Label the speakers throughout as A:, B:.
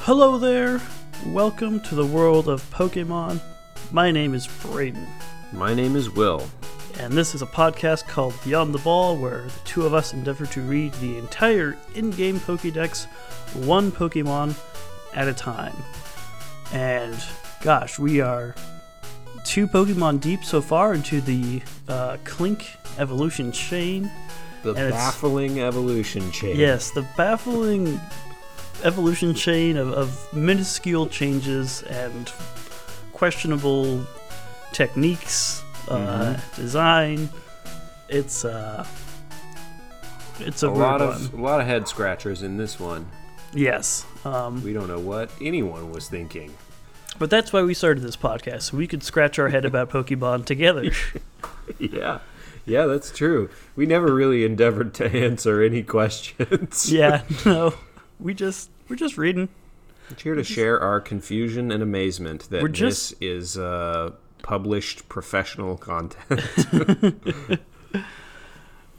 A: Hello there! Welcome to the world of Pokemon. My name is Brayden,
B: My name is Will.
A: and this is a podcast called Beyond the Ball where the two of us endeavor to read the entire in game Pokedex, one Pokemon at a time. And gosh, we are two Pokemon deep so far into the uh, Clink evolution chain.
B: The
A: And it's-
B: baffling evolution chain.
A: Yes, the baffling evolution chain of, of minuscule changes and questionable techniques, uh,
B: Mm-hmm.
A: design. It's uh, it's a,
B: A
A: weird
B: lot
A: one.
B: of a lot of head scratchers in this one.
A: yes. Um,
B: We don't know what anyone was thinking.
A: but that's why we started this podcast, so we could scratch our head about Pokemon together.
B: Yeah. Yeah, that's true. We never really endeavored to answer any questions.
A: yeah, no, we just we're just reading.
B: We're here to share our confusion and amazement that
A: We're just-
B: this is uh, published professional content.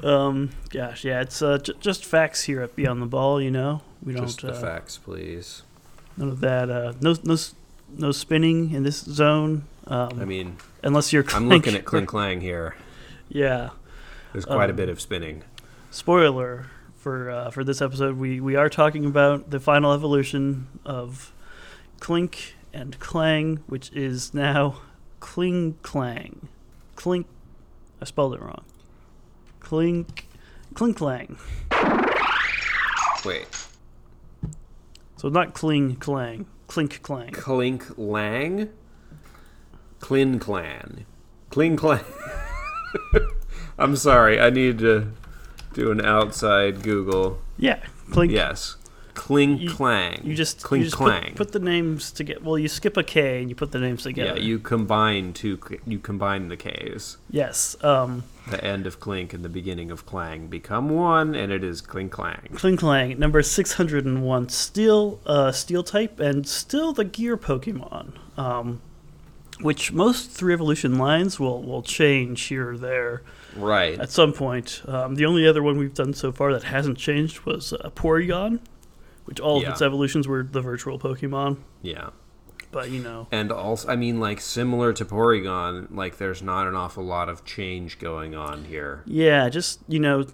A: Um, gosh, yeah, it's uh, j- just facts here at Beyond the Ball. You know, we don't
B: Just the
A: uh,
B: facts, please.
A: None of that. Uh, no, no, s- no spinning in this zone. Um,
B: I mean,
A: unless you're.
B: I'm
A: Clank.
B: looking at Clink Clang here.
A: Yeah.
B: There's quite a
A: Um,
B: bit of spinning.
A: Spoiler for uh, for this episode. We we are talking about the final evolution of Clink and Clang, which is now Cling Clang, Clink. I spelled it wrong. Clink, Clink Clang.
B: Wait.
A: So not Cling Clang, Clink Clang.
B: Clink Lang? Clin Clan. Cling Clan. I'm sorry, I need to do an outside Google.
A: Yeah, Clink.
B: Yes. Cling
A: You-
B: Clang.
A: You just
B: Cling
A: you just
B: Clang.
A: Put, put the names together. Well, you skip a K and you put the names
B: yeah,
A: together.
B: you combine two c- you combine the K's.
A: Yes. Um,
B: The end of Clink and the beginning of Clang become one and it is Cling Clang.
A: Kling Clang, number 601, still uh, steel type and still the gear Pokemon, um, which most three evolution lines will, will change here or there
B: Right.
A: at some point. Um, the only other one we've done so far that hasn't changed was uh, Porygon, which all
B: Yeah.
A: of its evolutions were the virtual Pokemon.
B: yeah.
A: But, you know,
B: And also I mean like similar to Porygon, like there's not an awful lot of change going on here.
A: yeah, just, you know,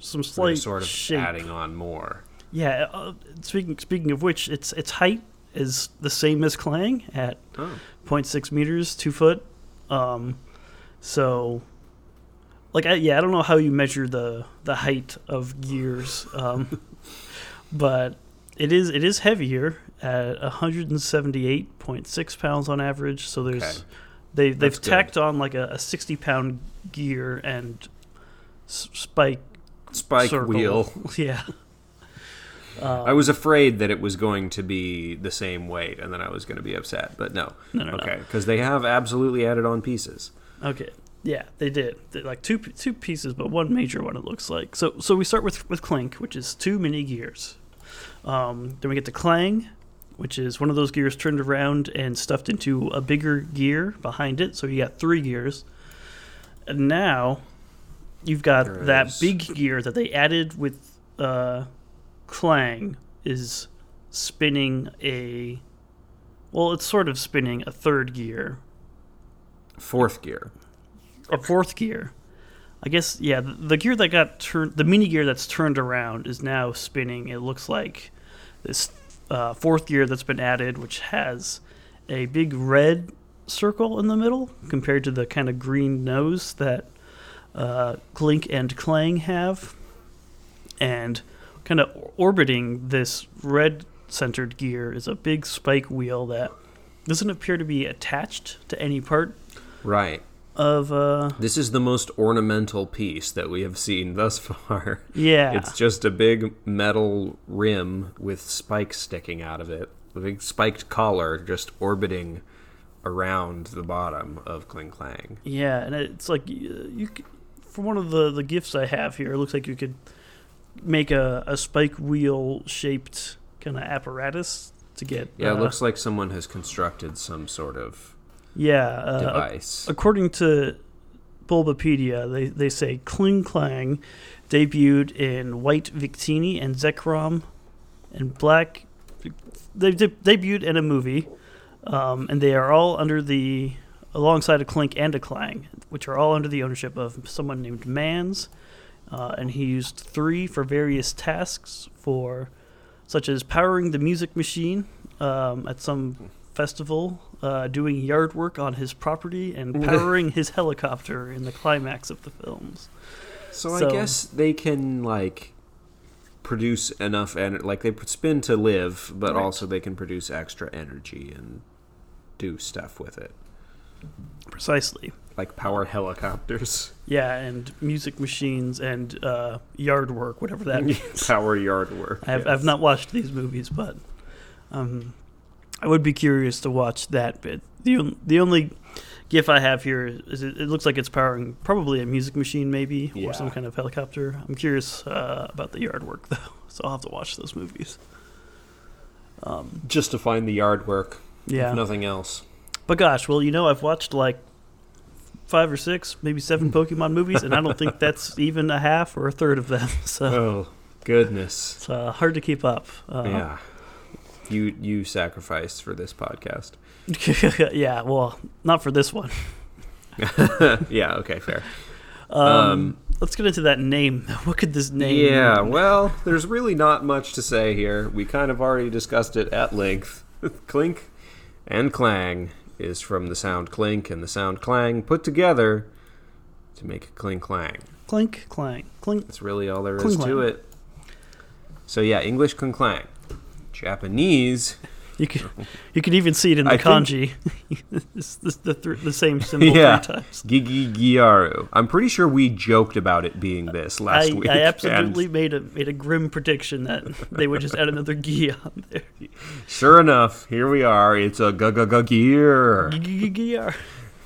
A: some
B: We're
A: slight
B: just sort of
A: shape.
B: adding on more.
A: Yeah, uh, speaking, speaking of which, its, its height is the same as Clang at
B: Oh.
A: 0.6 meters, two foot. Um, so, like, I, yeah, I don't know how you measure the the height of gears, um, but it is it is heavier at 178.6 pounds on average. So there's
B: Okay.
A: they they've
B: That's good.
A: tacked on like a, a 60 pound gear and s- spike
B: Spike
A: circle.
B: wheel.
A: yeah.
B: I was afraid that it was going to be the same weight and then I was going to be upset, but no.
A: No, no, no.
B: okay, because they have absolutely added on pieces.
A: Okay. Yeah, they did. They- like two p- two pieces, but one major one. It looks like. So so we start with with Clink, which is two mini gears. Um, then we get to Clang, which is one of those gears turned around and stuffed into a bigger gear behind it. So you got three gears. And now, you've got
B: There
A: that
B: is-
A: big gear that they added with uh, Clang is spinning a. Well, it's sort of spinning a third gear,
B: Fourth gear.
A: or fourth gear. I guess yeah, the, the gear that got turned, the mini gear that's turned around is now spinning. It looks like this uh, fourth gear that's been added, which has a big red circle in the middle, compared to the kind of green nose that uh, Clink and Clang have, and kind of orbiting this red centered gear is a big spike wheel that doesn't appear to be attached to any part
B: Right.
A: of uh
B: This is the most ornamental piece that we have seen thus far.
A: yeah
B: It's just a big metal rim with spikes sticking out of it, a big spiked collar just orbiting around the bottom of Kling Clang.
A: Yeah, and it's like uh, you, c for one of the the gifts I have here, it looks like you could make a, a spike wheel shaped kind of apparatus to get.
B: Yeah,
A: uh,
B: it looks like someone has constructed some sort of
A: Yeah, uh,
B: device.
A: according to Bulbapedia, they they say Kling Clang debuted in White Victini and Zekrom, and Black they de- debuted in a movie, um, and they are all under the alongside a Clink and a Clang, which are all under the ownership of someone named Mans, uh, and he used three for various tasks for such as powering the music machine um, at some festival, uh, doing yard work on his property, and powering his helicopter in the climax of the films.
B: So,
A: So-
B: I guess they can like produce enough energy. Like they spin to live, but
A: Right.
B: also they can produce extra energy and do stuff with it,
A: Precisely.
B: like power helicopters,
A: Yeah, and music machines and uh, yard work, whatever that means.
B: power yard work.
A: I've,
B: yes.
A: I've not watched these movies, but um, I would be curious to watch that bit. The, on- the only gif I have here is it, it looks like it's powering probably a music machine, maybe,
B: Yeah.
A: or some kind of helicopter. I'm curious uh, about the yard work, though, so I'll have to watch those movies. Um,
B: just to find the yard work.
A: yeah.
B: if nothing else.
A: But gosh, well, you know, I've watched like five or six, maybe seven
B: Hmm.
A: Pokemon movies, and I don't think that's even a half or a third of them. So
B: Oh goodness.
A: it's uh, hard to keep up. Uh,
B: yeah. You you sacrificed for this podcast.
A: yeah. Well, not for this one.
B: yeah. Okay. Fair.
A: Um,
B: Um,
A: let's get into that name. What could this name?
B: Yeah.
A: mean?
B: Well, there's really not much to say here. We kind of already discussed it at length. Clink and clang is from the sound clink and the sound clang put together to make a clink clang.
A: Clink, clang, clink.
B: That's really all there is
A: Clink
B: to
A: clang.
B: it. So yeah, English clink clang. Japanese
A: You could, you could even see it in the
B: I
A: kanji.
B: think-
A: it's the, the, thr- the same symbol
B: Yeah.
A: three times.
B: Gigi Gyaru. I'm pretty sure we joked about it being this last
A: I,
B: week.
A: I
B: and
A: absolutely made a made a grim prediction that they would just add another gi on there.
B: sure enough, here we are. It's a Gagagear.
A: Gi-gi-gi-gi-ar.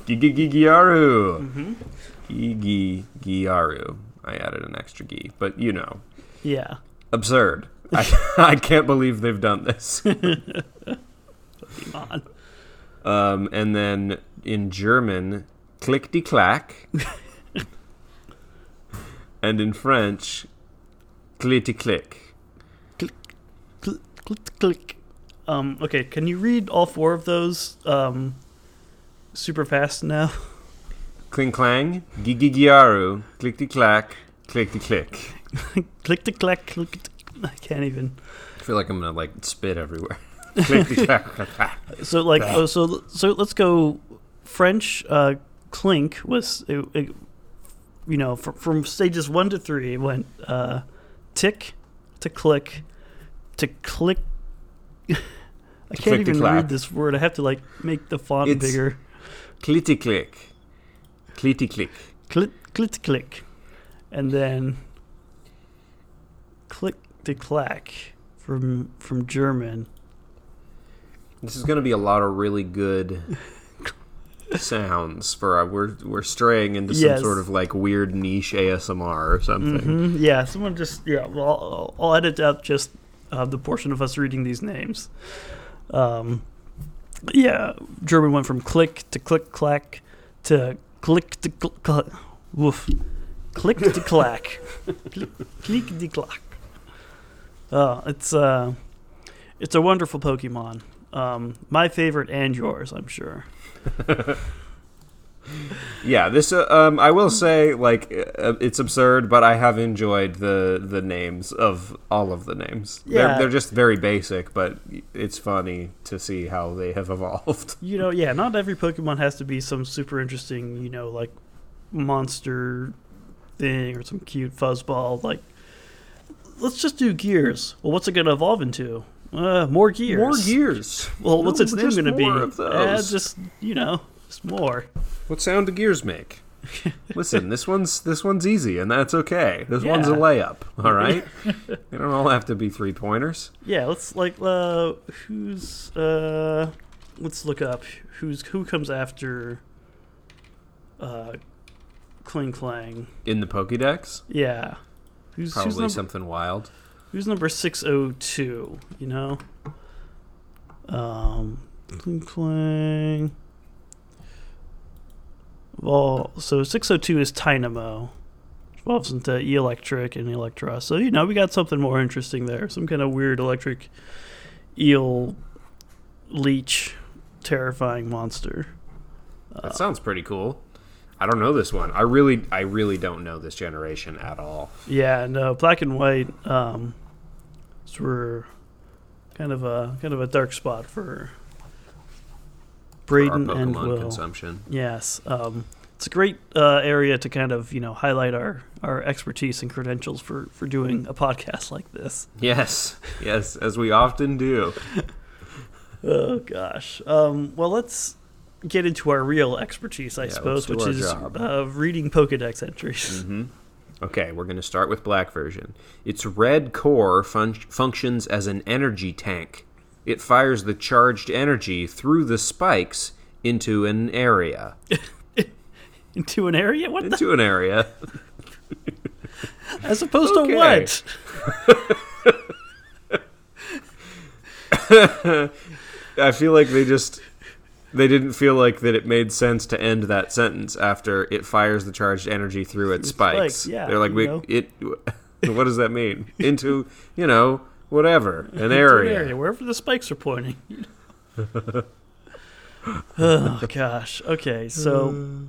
B: Gigi Gyaru. Gigi Gyaru. I added an extra gi, but you know,
A: Yeah.
B: absurd. I, I can't believe they've done this.
A: Pokemon.
B: Um, and then in German, click de clack. and in French, clitty click.
A: Click, click, click. Um, okay, can you read all four of those um, super fast now?
B: Cling clang, gigi giaru, clickety clack, clickety click.
A: click to clack, click. To, I can't even.
B: I feel like I'm gonna like spit everywhere. clickety clack, clack, clack.
A: So like, oh, so so let's go. French uh, clink was, it, it, you know, from, from stages one to three. It went uh, tick to click to click. I can't
B: click to
A: even
B: clack.
A: read this word. I have to like make the font
B: It's-
A: bigger.
B: Clitty click, clitty click,
A: click click click and then click to clack from from german
B: This is gonna be a lot of really good sounds for our, we're we're straying into some
A: Yes.
B: sort of like weird niche ASMR or something.
A: hmm yeah someone just yeah well i'll, I'll edit out just uh, the portion of us reading these names um yeah german went from click to click clack to click to cl- cl- woof click to clack click, click to clack uh, it's uh it's a wonderful pokemon um my favorite and yours i'm sure
B: Yeah, this uh, um, I will say like uh, it's absurd, but I have enjoyed the the names of all of the names.
A: Yeah.
B: They're, they're just very basic, but it's funny to see how they have evolved.
A: You know, yeah, not every Pokemon has to be some super interesting, you know, like monster thing or some cute fuzzball. Like, let's just do gears. Well, what's it going to evolve into? Uh, more gears.
B: More gears.
A: Well, what's its name
B: Just
A: going to be?
B: more of
A: Eh,
B: those.
A: just you know, just more.
B: What sound do gears make? Listen, this one's this one's easy, and that's okay. This one's a
A: Yeah.
B: layup. All right, they don't all have to be three pointers.
A: Yeah, let's like uh, who's uh, let's look up who's who comes after uh, Kling Clang.
B: In the Pokédex,
A: Yeah, who's who's
B: probably
A: number
B: something wild.
A: Who's number 602, you know? Um, cling clang. Well, so 602 is Dynamo. Evolves into electric and Electra. So, you know, we got something more interesting there. Some kind of weird electric eel leech terrifying monster. Uh.
B: That sounds pretty cool. I don't know this one. I really, I really don't know this generation at all.
A: Yeah, no, black and white um, were kind of a kind of a dark spot for
B: for our
A: Braden and
B: Pokemon
A: Will.
B: consumption.
A: Yes, um, it's a great uh, area to kind of you know highlight our our expertise and credentials for for doing a podcast like this.
B: Yes, yes, as we often do.
A: Oh gosh. Um, well, let's get into our real expertise, I
B: let's
A: suppose,
B: do
A: which
B: our
A: is
B: job. Mm-hmm.
A: uh, reading Pokedex entries.
B: Okay, we're going to start with black version. Its red core fun- functions as an energy tank. It fires the charged energy through the spikes into an area.
A: into an area. What the,
B: Into an area.
A: as opposed
B: Okay.
A: to what?
B: I feel like they just they didn't feel like that it made sense to end that sentence after it fires the charged energy through its spikes.
A: spikes, yeah,
B: They're like
A: you
B: we
A: know.
B: it what does that mean? Into, you know, whatever, an area.
A: Into an area wherever the spikes are pointing. oh gosh. Okay, so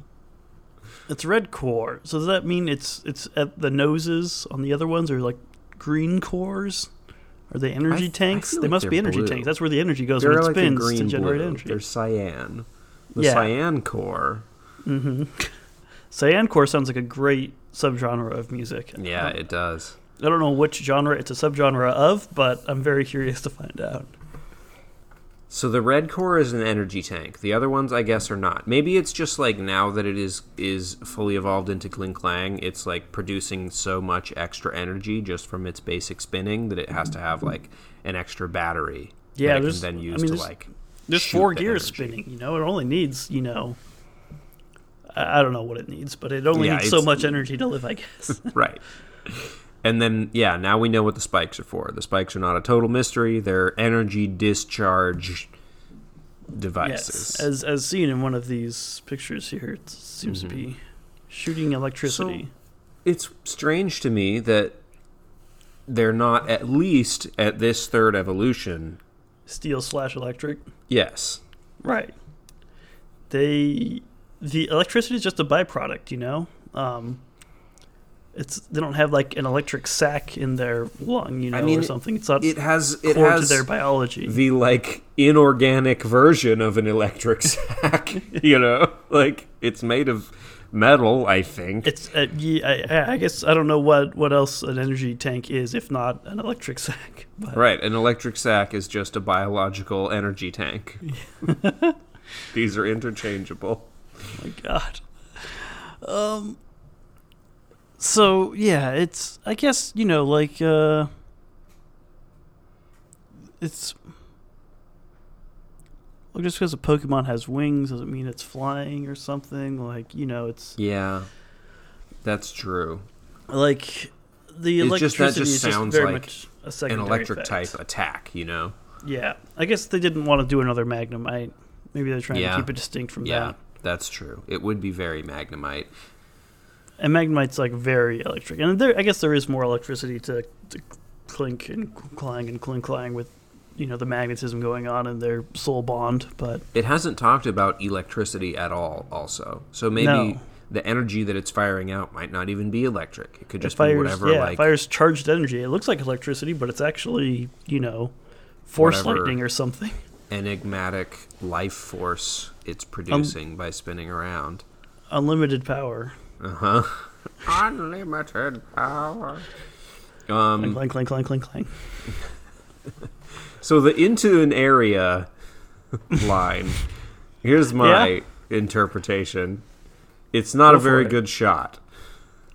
A: it's red core. So does that mean it's it's at the noses on the other ones, or like green cores? Are they energy
B: I
A: tanks?
B: feel
A: They
B: like
A: must be
B: they're
A: energy
B: blue.
A: tanks. That's where the energy goes
B: They're
A: when it
B: like a
A: spins
B: green
A: to generate
B: blue.
A: energy.
B: They're cyan. The
A: Yeah.
B: cyan core.
A: Cyancore Mm-hmm. sounds like a great subgenre of music. Um,
B: Yeah, it does.
A: I don't know which genre it's a subgenre of, but I'm very curious to find out.
B: So the red core is an energy tank. The other ones, I guess, are not. Maybe it's just like now that it is is fully evolved into Kling Klang, it's like producing so much extra energy just from its basic spinning that it has to have like an extra battery
A: Yeah,
B: that it can
A: there's-
B: then
A: I
B: use
A: mean,
B: to
A: there's-
B: like.
A: There's
B: shoot
A: four
B: the
A: gears
B: energy.
A: spinning, you know. It only needs, you know, I I don't know what it needs, but it only
B: Yeah,
A: needs so
B: it's-
A: much energy to live, I guess.
B: right. And then, yeah, now we know what the spikes are for. The spikes are not a total mystery; they're energy discharge devices.
A: yes, as as seen in one of these pictures here, it seems to
B: Mm-hmm.
A: be shooting electricity.
B: it's strange to me that they're not at least at this third evolution.
A: Steel slash electric,
B: Yes.
A: right? They the electricity is just a byproduct, you know. Um, it's they don't have like an electric sac in their lung, you know,
B: I mean,
A: or something. It's not
B: It has it
A: core
B: has
A: to their biology.
B: the like inorganic version of an electric sack, you know? Like it's made of metal, I think.
A: It's uh, ye- I- I, I guess I don't know what, what else an energy tank is if not an electric sack. But
B: right, an electric sack is just a biological energy tank. These are interchangeable.
A: my god. Um. So yeah, it's I guess you know like uh. It's. Well, just because a Pokemon has wings doesn't mean it's flying or something. Like you know, it's
B: Yeah. That's true.
A: like the
B: It's
A: electricity
B: just- that just
A: is just
B: sounds
A: very
B: like
A: much a
B: An
A: secondary
B: electric
A: effect.
B: type attack, you know?
A: Yeah, I guess they didn't want to do another Magnemite. Maybe they're trying
B: Yeah.
A: to keep it distinct from
B: Yeah,
A: that.
B: that's true. It would be very Magnemite.
A: And Magnemite's like very electric, and there I guess there is more electricity to, to clink and clang and clink clang with, you know, the magnetism going on in their soul bond. But
B: It hasn't talked about electricity at all, also. So maybe
A: No.
B: the energy that it's firing out might not even be electric. It could
A: it
B: just be
A: fires,
B: whatever,
A: yeah, it
B: like
A: fires charged energy. It looks like electricity, but it's actually you know, force
B: Whatever.
A: lightning or something.
B: enigmatic life force it's
A: Um,
B: producing by spinning around.
A: Unlimited power.
B: Uh huh. Unlimited power.
A: Clang
B: Um,
A: clang clang clang clang clang.
B: so the into an area line. Here's my interpretation. It's not
A: Go
B: a very
A: for it.
B: good shot.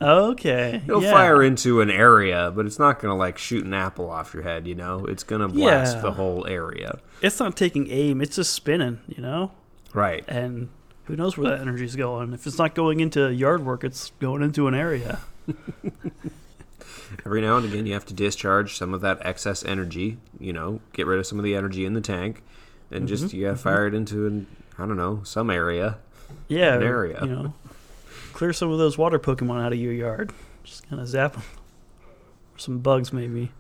A: Okay.
B: It'll
A: yeah.
B: fire into an area, but it's not gonna like shoot an apple off your head, you know? It's gonna blast
A: Yeah.
B: the whole area.
A: It's not taking aim. It's just spinning. You know.
B: Right.
A: and who knows where that energy's going. If it's not going into yard work, it's going into an area.
B: Every now and again you have to discharge some of that excess energy, you know, get rid of some of the energy in the tank and just
A: Mm-hmm.
B: you gotta fire it into an I don't know, some area.
A: Yeah,
B: An area.
A: You know, clear some of those water Pokemon out of your yard. Just kind of zap them. Some bugs, maybe.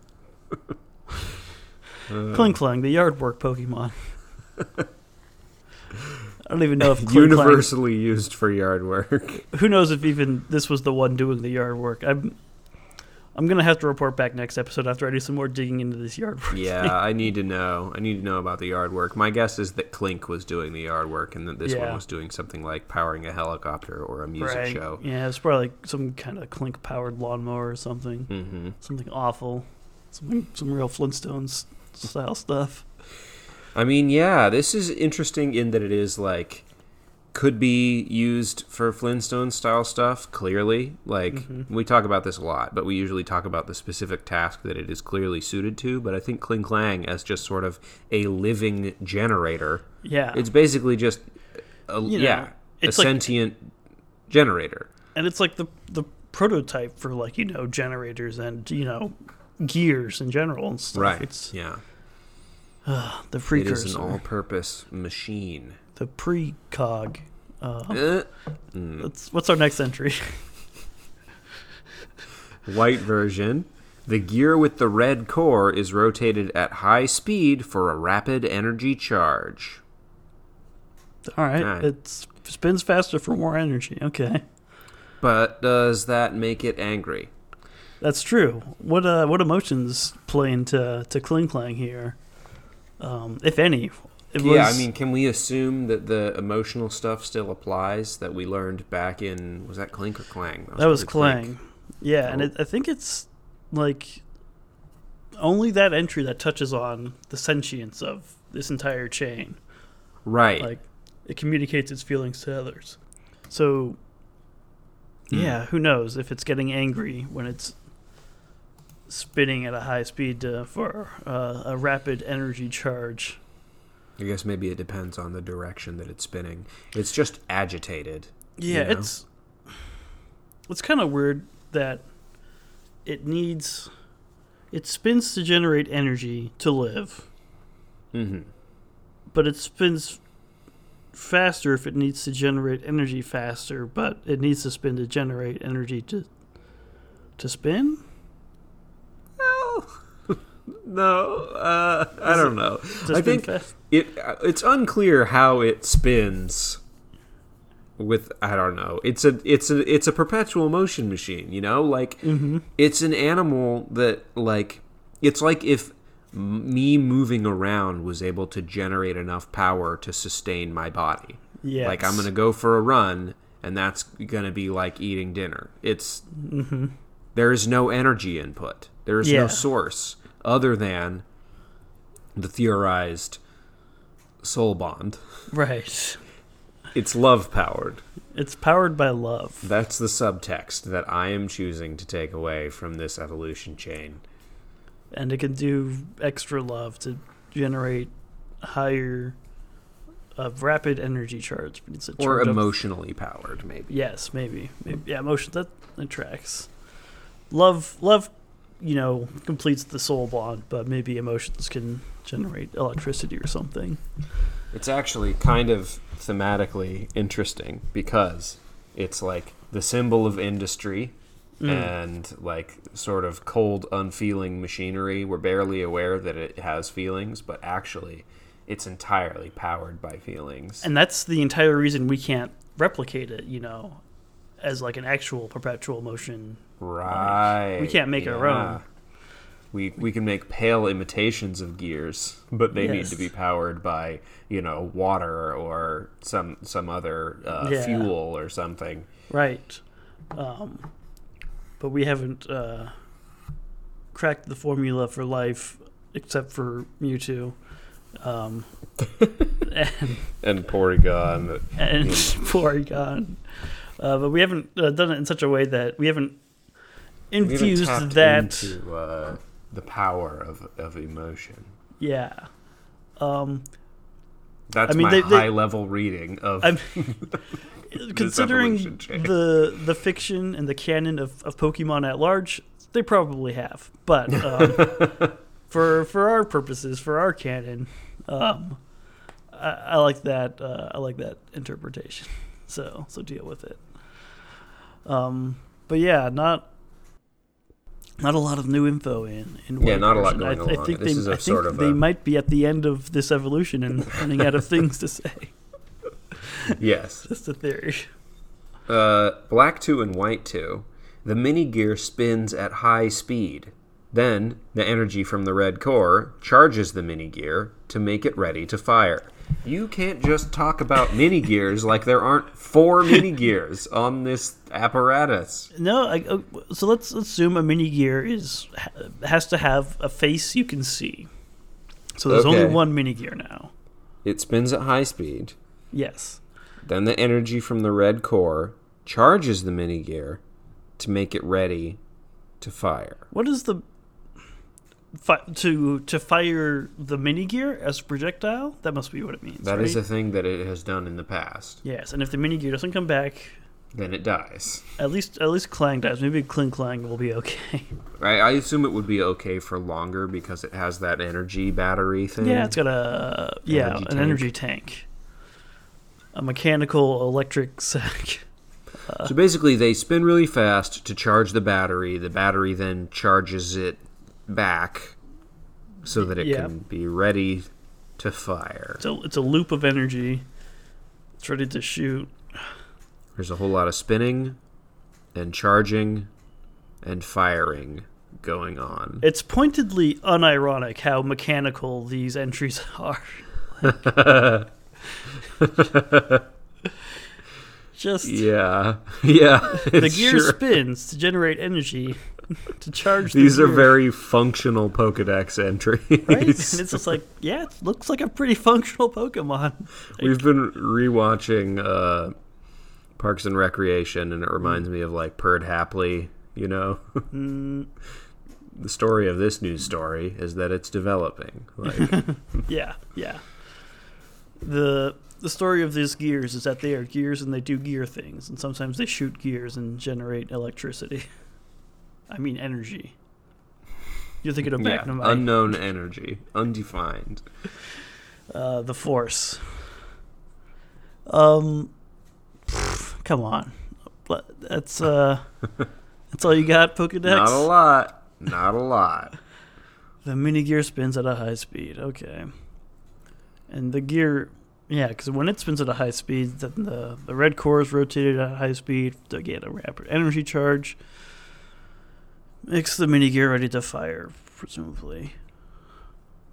B: Hmm.
A: Kling Klang, the yard work Pokemon. I don't even know if Kling Klang-
B: Uh, Universally used for yard work.
A: who knows if even this was the one doing the yard work. I'm I'm gonna have to report back next episode after I do some more digging into this yard work.
B: yeah, I need to know. I need to know about the yard work. My guess is that Clink was doing the yard work and that this
A: Yeah.
B: one was doing something like powering a helicopter or a music
A: Right.
B: show.
A: Yeah, it's probably like some kind of clink powered lawnmower or something.
B: hmm
A: Something awful. Something some real Flintstones style stuff.
B: I mean, yeah, this is interesting in that it is like could be used for Flintstone style stuff, clearly. Like
A: Mm-hmm.
B: we talk about this a lot, but we usually talk about the specific task that it is clearly suited to, but I think Kling Klang as just sort of a living generator.
A: Yeah.
B: It's basically just a,
A: You know,
B: yeah,
A: it's
B: a
A: like-
B: sentient generator.
A: and it's like the the prototype for like, you know, generators and, you know, gears in general and stuff.
B: Right.
A: It's
B: yeah.
A: the
B: It is
A: precursor.
B: an all-purpose machine.
A: the precog. Uh,
B: Uh,
A: that's, what's our next entry?
B: White version. The gear with the red core is rotated at high speed for a rapid energy charge.
A: All right.
B: Alright.
A: It spins faster for more energy. Okay.
B: But does that make it angry?
A: That's true. What uh, what emotions play into to Kling Klang here, um, if any? It
B: Yeah, I
A: was-
B: mean, can we assume that the emotional stuff still applies that we learned back in was that Clink or Clang?
A: that was
B: probably
A: Klang. Yeah, and
B: Oh.
A: it, I think it's like only that entry that touches on the sentience of this entire chain.
B: Right.
A: Like it communicates its feelings to others. So yeah, who knows if it's getting angry when it's spinning at a high speed to, for uh, a rapid energy charge.
B: I guess maybe it depends on the direction that it's spinning. It's just agitated.
A: Yeah,
B: know?
A: it's it's kind of weird that it needs it spins to generate energy to live,
B: Mm-hmm.
A: but it spins faster if it needs to generate energy faster, but it needs to spin to generate energy to to spin.
B: No, uh, I
A: Is
B: don't
A: it-
B: know.
A: To
B: I
A: spin
B: think
A: fast.
B: it uh, it's unclear how it spins. With I don't know. It's a it's a it's a perpetual motion machine. You know, like it's an animal that like it's like if m- me moving around was able to generate enough power to sustain my body.
A: Yes.
B: Like I'm gonna go for a run, and that's gonna be like eating dinner. It's there is no energy input. There is
A: Mm-hmm. Yeah.
B: no source other than the theorized soul bond.
A: right.
B: It's love powered.
A: It's powered by love.
B: That's the subtext that I am choosing to take away from this evolution chain.
A: and it can do extra love to generate higher uh, rapid energy charge. But it's a
B: Or
A: charge of-
B: emotionally powered, maybe.
A: yes, maybe. maybe. Yeah, emotion that, that tracks. Love, love, you know, completes the soul bond, but maybe emotions can generate electricity or something.
B: It's actually kind of thematically interesting because it's like the symbol of industry
A: Mm.
B: and like sort of cold, unfeeling machinery. We're barely aware that it has feelings, but actually, it's entirely powered by feelings.
A: And that's the entire reason we can't replicate it. You know, as like an actual perpetual motion.
B: right.
A: we can't make our own.
B: We, we can make pale imitations of gears, but they need
A: Yes.
B: to be powered by you know water or some some other uh,
A: Yeah.
B: fuel or something.
A: Right. Um, but we haven't uh, cracked the formula for life except for Mewtwo. Um, and,
B: and Porygon.
A: and Porygon. Uh, but we haven't uh, done it in such a way that we haven't infused that.
B: into uh, the power of, of emotion.
A: Yeah. Um,
B: That's
A: I mean,
B: my
A: they- they-
B: high level reading of.
A: I'm- considering
B: evolution chain.
A: the the fiction and the canon of, of Pokemon at large, they probably have. But um, for for our purposes, for our canon, um, I, I like that uh, I like that interpretation. So so deal with it. Um, but yeah, not Not a lot of new info in. in
B: Yeah,
A: Wave
B: not a lot
A: version.
B: going
A: I, th- I
B: on.
A: think
B: This
A: they,
B: is a
A: I think
B: sort of
A: they
B: a-
A: might be at the end of this evolution and running out of things to say.
B: Yes.
A: That's the theory.
B: Uh, black 2 and white 2. The mini gear spins at high speed. Then, the energy from the red core charges the mini gear to make it ready to fire. You can't just talk about mini gears like there aren't four mini gears on this apparatus.
A: No, I, uh, so let's assume a mini gear is ha- has to have a face you can see. So there's
B: Okay.
A: only one mini gear now.
B: It spins at high speed.
A: Yes.
B: Then the energy from the red core charges the mini gear to make it ready to fire.
A: What is the fi- to to fire the mini gear as a projectile? That must be what it means.
B: That is
A: right?
B: a thing that it has done in the past.
A: yes. And if the mini gear doesn't come back,
B: Then it dies.
A: at least at least Clang dies. Maybe Kling Clang will be okay.
B: I, I assume it would be okay for longer because it has that energy battery thing.
A: yeah, it's got a yeah
B: Energy
A: an
B: tank.
A: energy tank, a mechanical electric sack.
B: so basically, they spin really fast to charge the battery. The battery then charges it back so that it
A: Yeah.
B: can be ready to fire.
A: It's a it's a loop of energy. It's ready to shoot.
B: There's a whole lot of spinning and charging and firing going on.
A: It's pointedly unironic how mechanical these entries are. Just
B: Yeah. Yeah.
A: the
B: it's
A: gear
B: sure-
A: spins to generate energy to charge. the
B: These are
A: gear,
B: very functional Pokedex entries.
A: right, and it's just like yeah, it looks like a pretty functional Pokemon.
B: We've been rewatching uh, Parks and Recreation, and it reminds me of like Perd Hapley. You know,
A: Mm.
B: the story of this news story is that it's developing. Like,
A: Yeah, yeah. The the story of these gears is that they are gears and they do gear things, and sometimes they shoot gears and generate electricity. I mean energy. You're thinking of
B: yeah,
A: Magnemite,
B: unknown energy, undefined.
A: uh, the Force. Um, pff, come on, But that's uh, that's all you got,
B: Not a
A: Pokedex.
B: lot. Not a lot.
A: The mini gear spins at a high speed. Okay. And the gear, yeah, because when it spins at a high speed, then the, the red core is rotated at a high speed to get a rapid energy charge. Makes the mini gear ready to fire, presumably.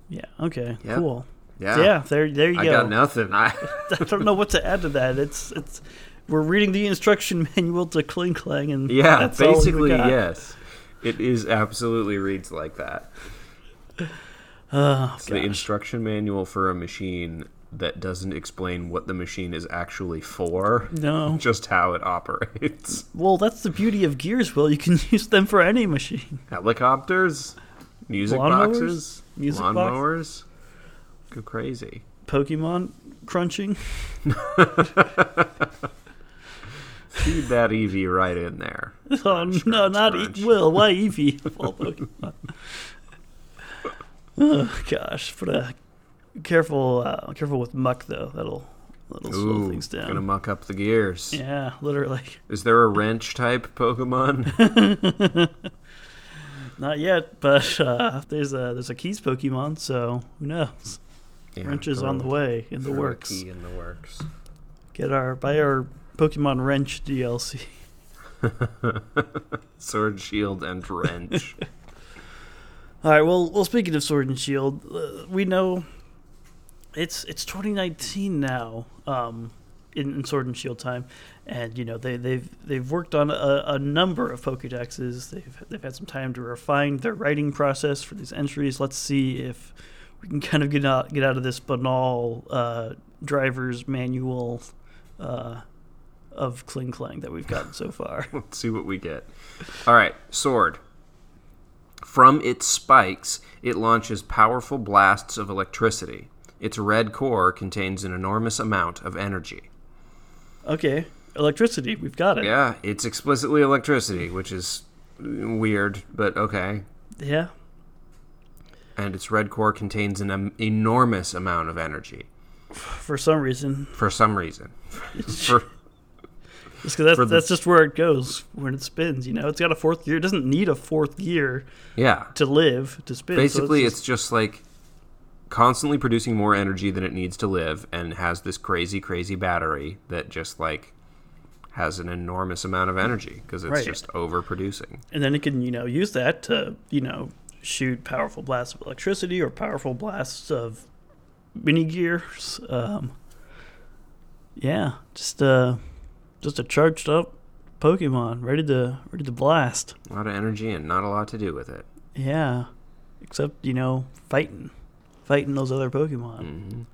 A: Yeah, okay,
B: Yeah.
A: cool.
B: Yeah.
A: Yeah, there there you
B: I
A: go.
B: got nothing. I
A: I don't know what to add to that. It's it's we're reading the instruction manual to Kling Clang and
B: yeah,
A: that's all we
B: basically
A: got.
B: yes. It is absolutely reads like that.
A: Oh,
B: It's the
A: gosh.
B: instruction manual for a machine that doesn't explain what the machine is actually for.
A: no.
B: just how it operates.
A: Well, that's the beauty of gears, Will. You can use them for any machine.
B: Helicopters, music
A: Lawnmowers?
B: boxes,
A: Music box?
B: lawnmowers. Go crazy.
A: Pokemon crunching.
B: Feed that Eevee right in there.
A: Oh
B: Crunch,
A: no,
B: crunch,
A: not
B: crunch.
A: e- Will. Why Eevee? of all Pokemon. oh gosh, but uh, careful, uh, careful with muck though. That'll that'll slow
B: Ooh,
A: things down.
B: gonna muck up the gears.
A: Yeah, literally.
B: Is there a wrench type Pokemon?
A: Not yet, but uh, there's a there's a keys Pokemon, so who knows?
B: Yeah,
A: Wrench is
B: throw-
A: on the way in the
B: throw a
A: works.
B: key in the works.
A: Get our buy our Pokemon Wrench DLC.
B: Sword, shield, and wrench.
A: All right. Well, well. Speaking of Sword and Shield, uh, we know it's it's 2019 now um, in, in Sword and Shield time, and you know they they've they've worked on a, a number of Pokédexes. They've they've had some time to refine their writing process for these entries. Let's see if we can kind of get out get out of this banal uh, driver's manual uh, of Kling Klang that we've gotten so far.
B: Let's see what we get. All right, sword. From its spikes, it launches powerful blasts of electricity. Its red core contains an enormous amount of energy.
A: okay, electricity. We've got it.
B: Yeah, it's explicitly electricity, which is weird, but okay.
A: yeah.
B: And its red core contains an em- enormous amount of energy
A: For some reason,
B: for some reason. for
A: Just 'cause that's,
B: For the-
A: that's just where it goes when it spins. You know, it's got a fourth gear. It doesn't need a fourth gear
B: Yeah.
A: to live to spin. so
B: Basically,
A: just-
B: it's just like constantly producing more energy than it needs to live and has this crazy, crazy battery that just like has an enormous amount of energy because it's
A: Right.
B: just overproducing.
A: and then it can you know use that to you know shoot powerful blasts of electricity or powerful blasts of mini gears um yeah just uh just a charged up pokemon ready to ready to blast
B: A lot of energy and not a lot to do with it.
A: yeah except you know fighting fighting those other pokemon
B: Mhm.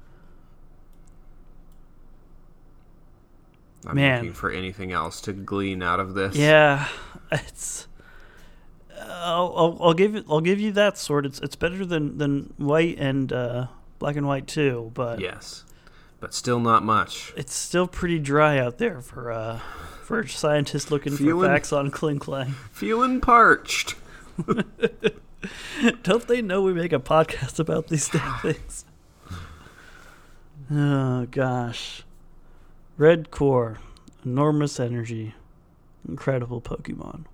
B: I'm
A: Man.
B: looking for anything else to glean out of this.
A: yeah it's I'll, I'll, I'll give it. I'll give you that sort. It's it's better than than white and uh, black and white too. But
B: Yes. But still not much.
A: it's still pretty dry out there for uh for scientists looking for
B: Feeling-
A: facts on Kling Klang.
B: Feeling parched.
A: Don't they know we make a podcast about these damn things? Oh gosh. Red core, enormous energy, incredible Pokemon.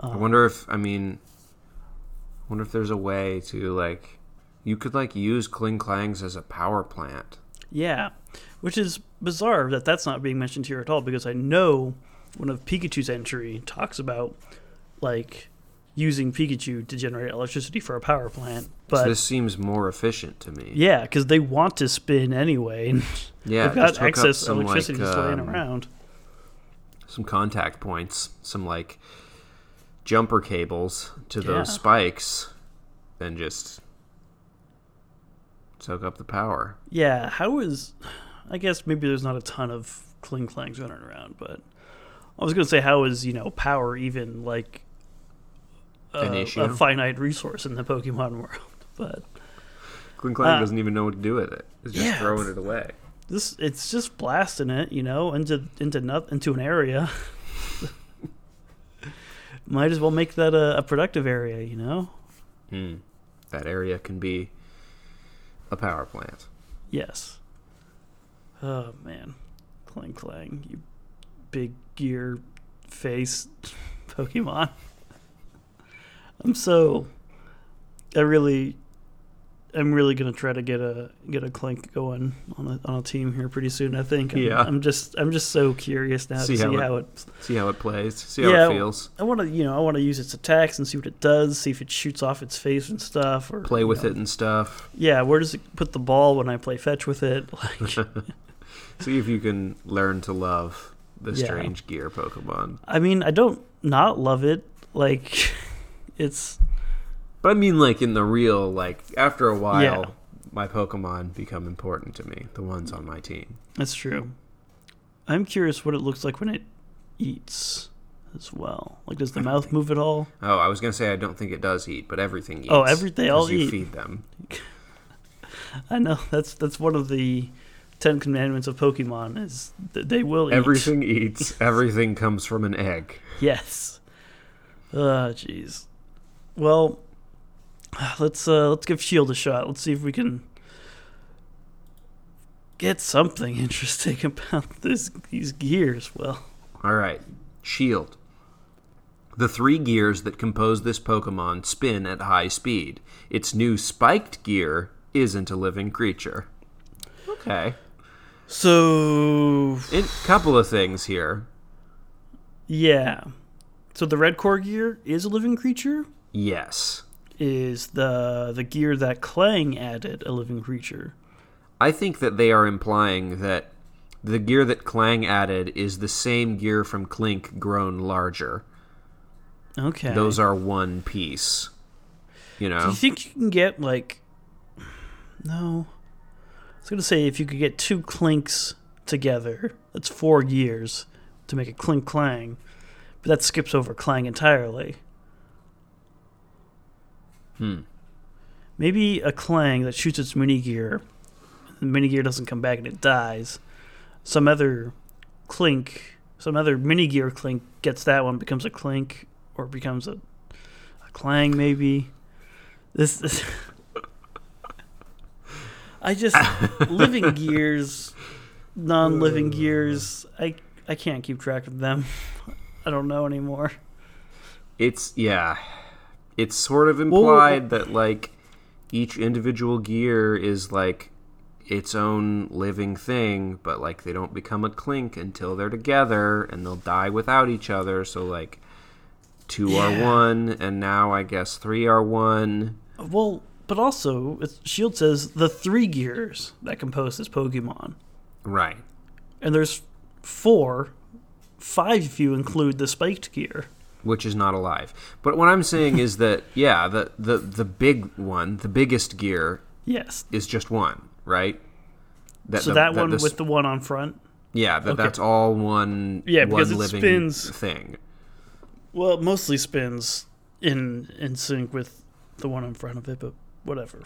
A: Um,
B: I wonder if I mean I wonder if there's a way to like you could like use Kling Clangs as a power plant.
A: Yeah, which is bizarre that that's not being mentioned here at all because I know one of Pikachu's entry talks about like using Pikachu to generate electricity for a power plant,
B: so
A: but
B: this seems more efficient to me.
A: Yeah, because they want to spin anyway. And
B: Yeah,
A: they've
B: just
A: got
B: hook up
A: excess
B: some, like,
A: electricity just laying
B: um,
A: around.
B: Some contact points, some like jumper cables to those
A: Yeah.
B: spikes and just soak up the power.
A: Yeah, how is? I guess maybe there's not a ton of cling clangs running around, but I was gonna say how is you know power even like a,
B: An issue?
A: a finite resource in the Pokemon world? But
B: Kling Clang
A: Uh,
B: doesn't even know what to do with it. It's just
A: yeah.
B: throwing it away.
A: this it's just blasting it, you know, into into not, into an area. Might as well make that a, a productive area, you know.
B: Hmm. That area can be a power plant.
A: Yes. Oh man, clang clang, you big gear face Pokemon. I'm so. I really, I'm really gonna try to get a get a clink going on a on a team here pretty soon. I think. I'm,
B: Yeah.
A: I'm just I'm just so curious now
B: See
A: to
B: how
A: see
B: it-
A: how it.
B: See how it plays. See how
A: Yeah.
B: it feels.
A: I want to you know I want to use its attacks and see what it does. See if it shoots off its face and stuff. Or
B: Play
A: you
B: with
A: know.
B: it and stuff.
A: Yeah, where does it put the ball when I play fetch with it? Like.
B: See if you can learn to love the
A: Yeah.
B: strange gear Pokemon.
A: I mean, I don't not love it. Like, it's
B: But I mean, like in the real, like after a while,
A: Yeah.
B: my Pokemon become important to me. The ones on my team.
A: that's true. I'm curious what it looks like when it eats as well. Like, does the mouth move at all?
B: Oh, I was gonna say I don't think it does eat, but everything eats.
A: Oh, every- they
B: 'cause
A: all
B: you
A: eat.
B: feed them.
A: I know that's that's one of the ten commandments of Pokemon is that they will eat.
B: Everything eats. Everything comes from an egg.
A: Yes. Ah, jeez. Well, let's uh let's give Shield a shot. Let's see if we can get something interesting about this these gears. Well.
B: All right, Shield. The three gears that compose this Pokemon spin at high speed. Its new spiked gear isn't a living creature. Okay.
A: So
B: A couple of things here.
A: yeah, so the red core gear is a living creature.
B: Yes.
A: Is the the gear that Clang added a living creature?
B: I think that they are implying that the gear that Clang added is the same gear from Clink grown larger.
A: Okay.
B: Those are one piece. You
A: Do
B: know?
A: you think you can get like? No, I was gonna say if you could get two clinks together, that's four gears to make a clink clang, but that skips over clang entirely.
B: Hmm.
A: Maybe a clang that shoots its mini gear, the mini gear doesn't come back and it dies. Some other clink, some other mini gear clink gets that one, becomes a clink, or becomes a, a clang maybe. This, this
B: Uh.
A: I just living gears, non-living gears. I I can't keep track of them. I don't know anymore.
B: It's yeah. It's sort of implied that like each individual gear is like its own living thing, but like they don't become a clink until they're together and they'll die without each other. So like two are
A: Yeah.
B: one and now I guess three are one.
A: Well, but also, it's, Shield E says the three gears that compose this Pokemon,
B: Right.
A: and there's four, five if you include the spiked gear.
B: Which is not alive. But what I'm saying is that yeah, the, the the big one, the biggest gear
A: Yes.
B: is just one, right?
A: So that, one
B: the
A: with the one on front.
B: Yeah, that, that's all one.
A: Yeah,
B: one
A: because it
B: living
A: spins.
B: thing.
A: Well, it mostly spins in in sync with the one in front of it, but whatever.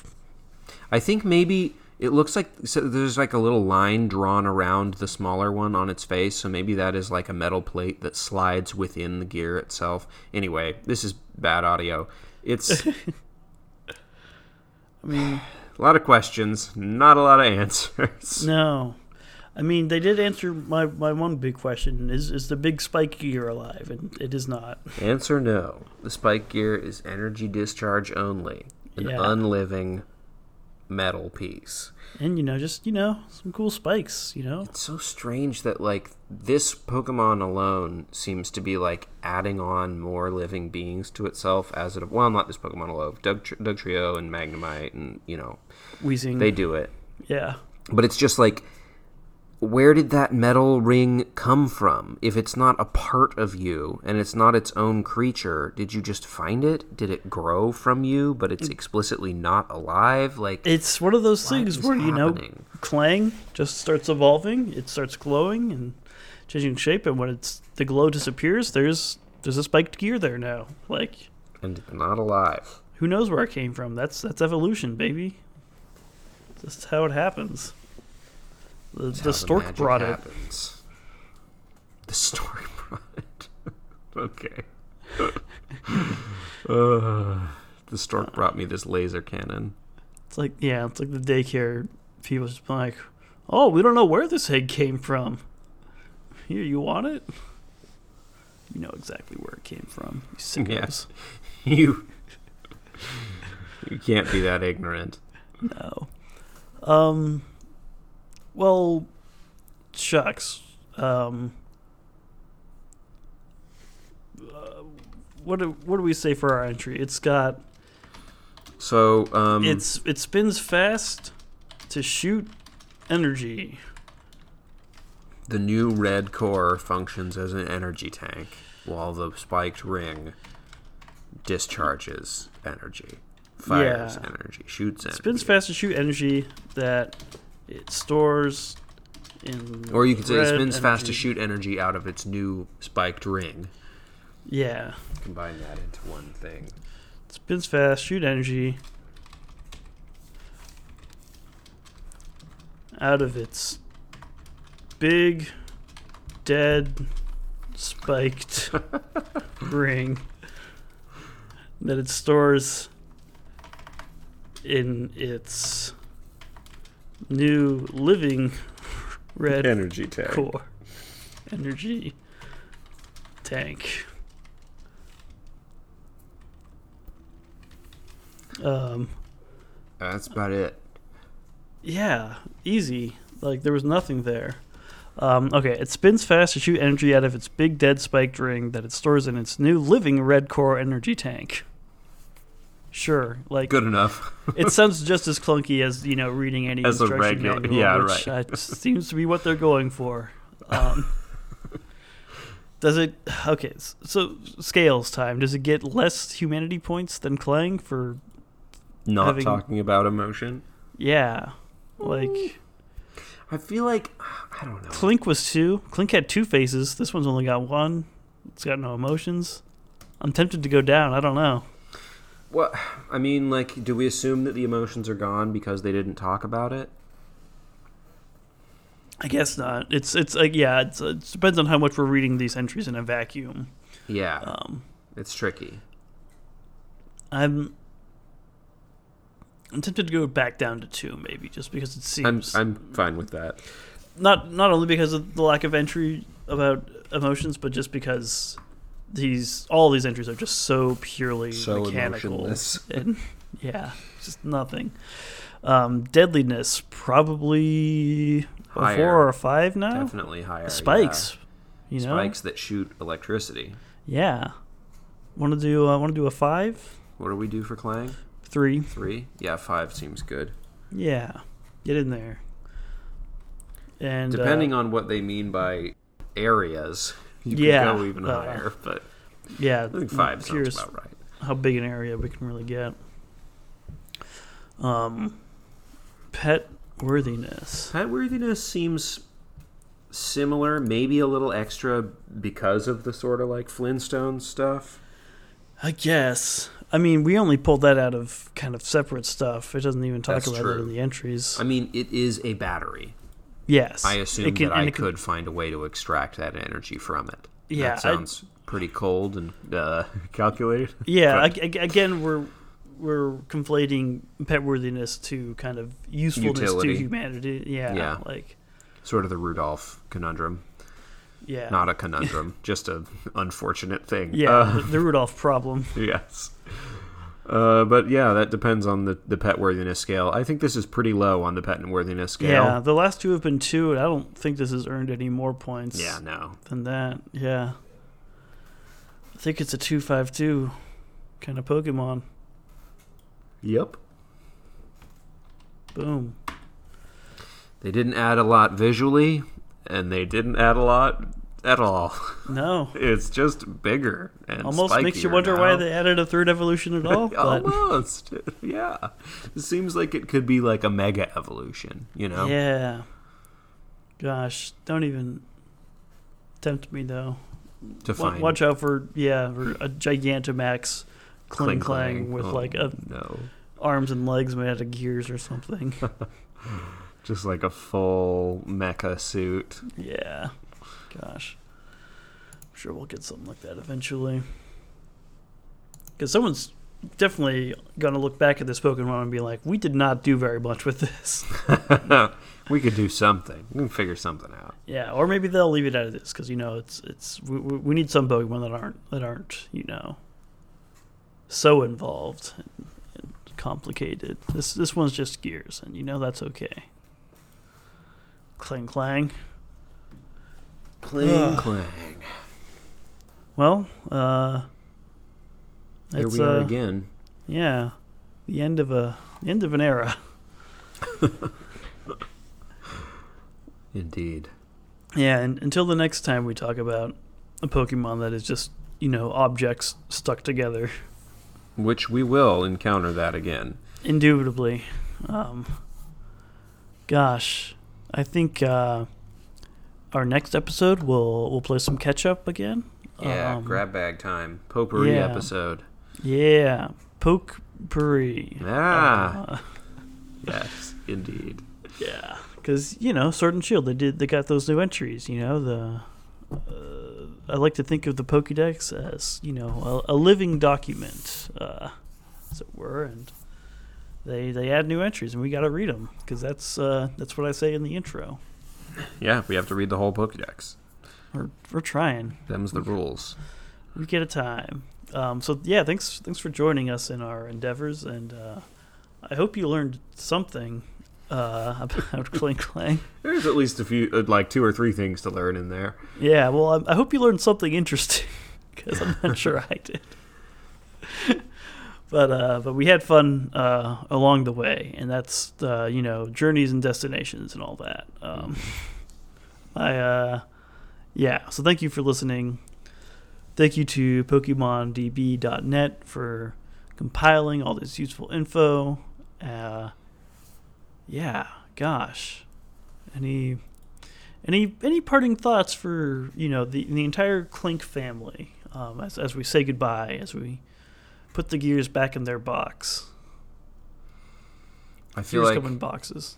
B: I think maybe it looks like so there's like a little line drawn around the smaller one on its face, so maybe that is like a metal plate that slides within the gear itself. Anyway, this is bad audio. It's a
A: I mean,
B: lot of questions, not a lot of answers.
A: no. I mean, they did answer my, my one big question: is is the big spike gear alive? And it is not.
B: Answer no. The spike gear is energy discharge only, an
A: Yeah.
B: unliving metal piece.
A: And you know, just you know, some cool spikes. You know,
B: It's so strange that like this Pokemon alone seems to be like adding on more living beings to itself as it well not this Pokemon alone Doug Dugtrio and Magnemite and you know
A: wheezing.
B: they do it
A: yeah.
B: but it's just like where did that metal ring come from if it's not a part of you and it's not its own creature did you just find it did it grow from you but it's explicitly not alive like
A: It's one of those things
B: is
A: where you know,
B: happening?
A: Clang just starts evolving. It starts glowing and changing shape, and when it's the glow disappears, there's there's a spiked gear there now. Like,
B: and not alive
A: who knows where it came from? That's that's evolution, baby. That's how it happens. The, the
B: how
A: stork
B: magic
A: brought it.
B: happens. The stork brought it. okay. Uh, the stork brought me this laser cannon.
A: It's like yeah, it's like the daycare people just been like, oh, we don't know where this egg came from. Here, you want it? You know exactly where it came from. You sickos.
B: Yes. You. You can't be that ignorant.
A: No. Um. Well, shucks. Um. uh, What do, what do we say for our entry? It's got
B: So, um,
A: it's it spins fast to shoot energy.
B: the new red core functions as an energy tank, while the spiked ring discharges energy, fires
A: Yeah.
B: energy, shoots energy.
A: Spins fast to shoot energy that it stores in.
B: Or you could say it
A: red
B: spins fast to
A: energy.
B: shoot energy out of its new spiked ring.
A: Yeah,
B: Combine that into one thing.
A: spins fast, shoot energy out of its big dead spiked ring that it stores in its new living red
B: Energy tank.
A: core energy tank. Um,
B: That's about it.
A: yeah, easy. Like there was nothing there. Um, okay, it spins fast to shoot energy out of its big dead spiked ring that it stores in its new living red core energy tank. Sure, like
B: Good enough.
A: it sounds just as clunky as you know reading any
B: As a
A: instruction
B: regular-
A: manual,
B: yeah,
A: which uh, seems to be what they're going for. Um, does it? Okay, s- so scales time. Does it get less humanity points than Clang for?
B: Not
A: Having-
B: talking about emotion.
A: Yeah, like
B: I feel like I don't know.
A: Clink was two. Clink had two faces. This one's only got one. It's got no emotions. I'm tempted to go down. I don't know.
B: What I mean, like, do we assume that the emotions are gone because they didn't talk about it?
A: I guess not. It's it's like yeah. It's, it depends on how much we're reading these entries in a vacuum.
B: Yeah,
A: Um,
B: it's tricky.
A: I'm I'm tempted to go back down to two, maybe, just because it
B: I'm
A: seems
B: I'm fine with that.
A: not not only because of the lack of entry about emotions, but just because these all these entries are just so purely
B: So
A: mechanical
B: emotionless.
A: and yeah, just nothing. Um, deadliness probably a
B: Higher.
A: four or a five now.
B: Definitely higher.
A: Spikes, you
B: yeah.
A: know.
B: Spikes that shoot electricity.
A: Yeah. Want to do? I want to do a five,
B: What do we do for Clang?
A: three.
B: Three? Yeah, five seems good.
A: Yeah, get in there. And uh,
B: Depending on what they mean by areas, you
A: Yeah,
B: can go even
A: uh,
B: higher, but
A: on yeah,
B: I think
A: I'm
B: five sounds
A: curious
B: about right.
A: how big an area we can really get.
B: Hmm.
A: Um, pet worthiness.
B: Pet worthiness seems similar, maybe a little extra because of the sort of like Flintstone stuff.
A: I guess. I mean, we only pulled that out of kind of separate stuff. It doesn't even talk
B: That's
A: about it
B: true.
A: in the entries.
B: I mean, it is a battery.
A: yes,
B: I assume
A: It can-
B: that
A: and
B: I
A: it can-
B: could find a way to extract that energy from it.
A: Yeah,
B: that
A: I-
B: sounds pretty cold and uh, calculated.
A: Yeah,
B: But-
A: ag- ag- again, we're we're conflating pet worthiness to kind of usefulness
B: Utility.
A: to humanity. Yeah,
B: Yeah.
A: like
B: Sort of the Rudolph conundrum.
A: yeah,
B: Not a conundrum, just a unfortunate thing.
A: yeah,
B: Uh,
A: the, the Rudolph problem.
B: yes. Uh, but yeah, that depends on the, the pet worthiness scale. I think this is pretty low on the pet worthiness scale.
A: Yeah, the last two have been two, and I don't think this has earned any more points.
B: Yeah, no.
A: than that. Yeah, I think it's a two five two kind of Pokemon.
B: Yep.
A: Boom.
B: They didn't add a lot visually, and they didn't add a lot at all.
A: No,
B: It's just bigger and
A: almost makes you
B: spikier
A: wonder why
B: now.
A: they added a third evolution at all. But
B: Almost, yeah. It seems like it could be like a mega evolution, you know?
A: Yeah. Gosh, don't even tempt me though.
B: To
A: Wa-
B: find
A: Watch out for yeah, for a Gigantamax cling clang with
B: Oh,
A: like a,
B: no,
A: arms and legs made out of gears or something.
B: just like a full mecha suit.
A: yeah. Gosh. I'm sure we'll get something like that eventually. Cuz someone's definitely going to look back at this Pokemon and be like, "We did not do very much with this."
B: we could do something. We can figure something out.
A: Yeah, or maybe they'll leave it out of this because you know it's it's we, we we need some Pokemon that aren't that aren't you know so involved and, and complicated. This this one's just gears, and you know that's okay. Clang clang.
B: Cling clang.
A: Well, uh,
B: Here
A: it's,
B: we are
A: uh,
B: again.
A: Yeah, the end of a the end of an era.
B: Indeed.
A: Yeah, and until the next time we talk about a Pokemon that is just you know objects stuck together.
B: Which we will encounter that again.
A: Indubitably. Um, gosh, I think uh, our next episode will we'll play some catch up again.
B: Yeah,
A: Um,
B: grab bag time. Potpourri
A: yeah.
B: episode.
A: Yeah, poke Uh, puri.
B: Ah, yes, indeed.
A: yeah, because you know, Sword and Shield, they did they got those new entries. You know, the uh, I like to think of the Pokédex as you know a, a living document, uh, as it were, and they they add new entries, and we got to read them because that's uh, that's what I say in the intro.
B: Yeah, we have to read the whole Pokédex.
A: We're we're trying.
B: Them's the rules.
A: We get a time. Um, so yeah, thanks thanks for joining us in our endeavors, and uh, I hope you learned something uh, about Cling Clang.
B: There's at least a few, uh, like two or three things to learn in there.
A: Yeah, well, I, I hope you learned something interesting because I'm not sure I did. but uh, but we had fun uh, along the way, and that's uh, you know journeys and destinations and all that. Um, I uh, yeah. So thank you for listening. Thank you to PokemonDB.net for compiling all this useful info. Uh, yeah, gosh, any any any parting thoughts for you know the the entire Clink family um, as as we say goodbye as we put the gears back in their box.
B: I feel
A: Gears
B: like
A: come in boxes.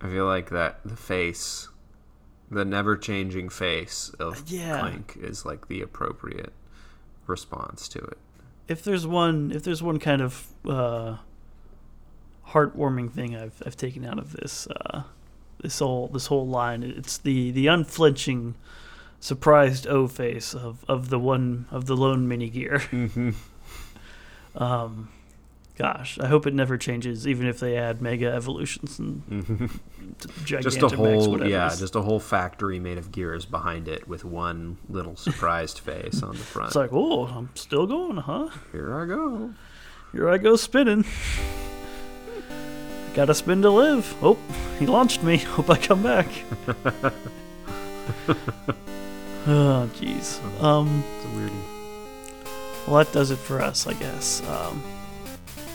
B: I feel like that the face, the never changing face of
A: Yeah.
B: Clank is like the appropriate response to it.
A: If there's one if there's one kind of uh, heartwarming thing I've I've taken out of this uh, This whole this whole line. It's the the unflinching, surprised O face of of the one of the lone mini gear.
B: Mm-hmm.
A: um, gosh, I hope it never changes. Even if they add mega evolutions and t- Gigantamax,
B: Just a whole,
A: whatever.
B: yeah,
A: It's-
B: just a whole factory made of gears behind it with one little surprised face on the front.
A: it's like, oh, I'm still going, huh?
B: Here I go.
A: Here I go spinning. Gotta spin to live. Oh, he launched me. Hope I come back. oh, jeez. Um,
B: It's a weirdie.
A: well, that does it for us, I guess. Um,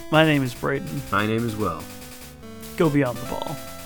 A: my name is Brayden.
B: My name is Will.
A: Go beyond the ball.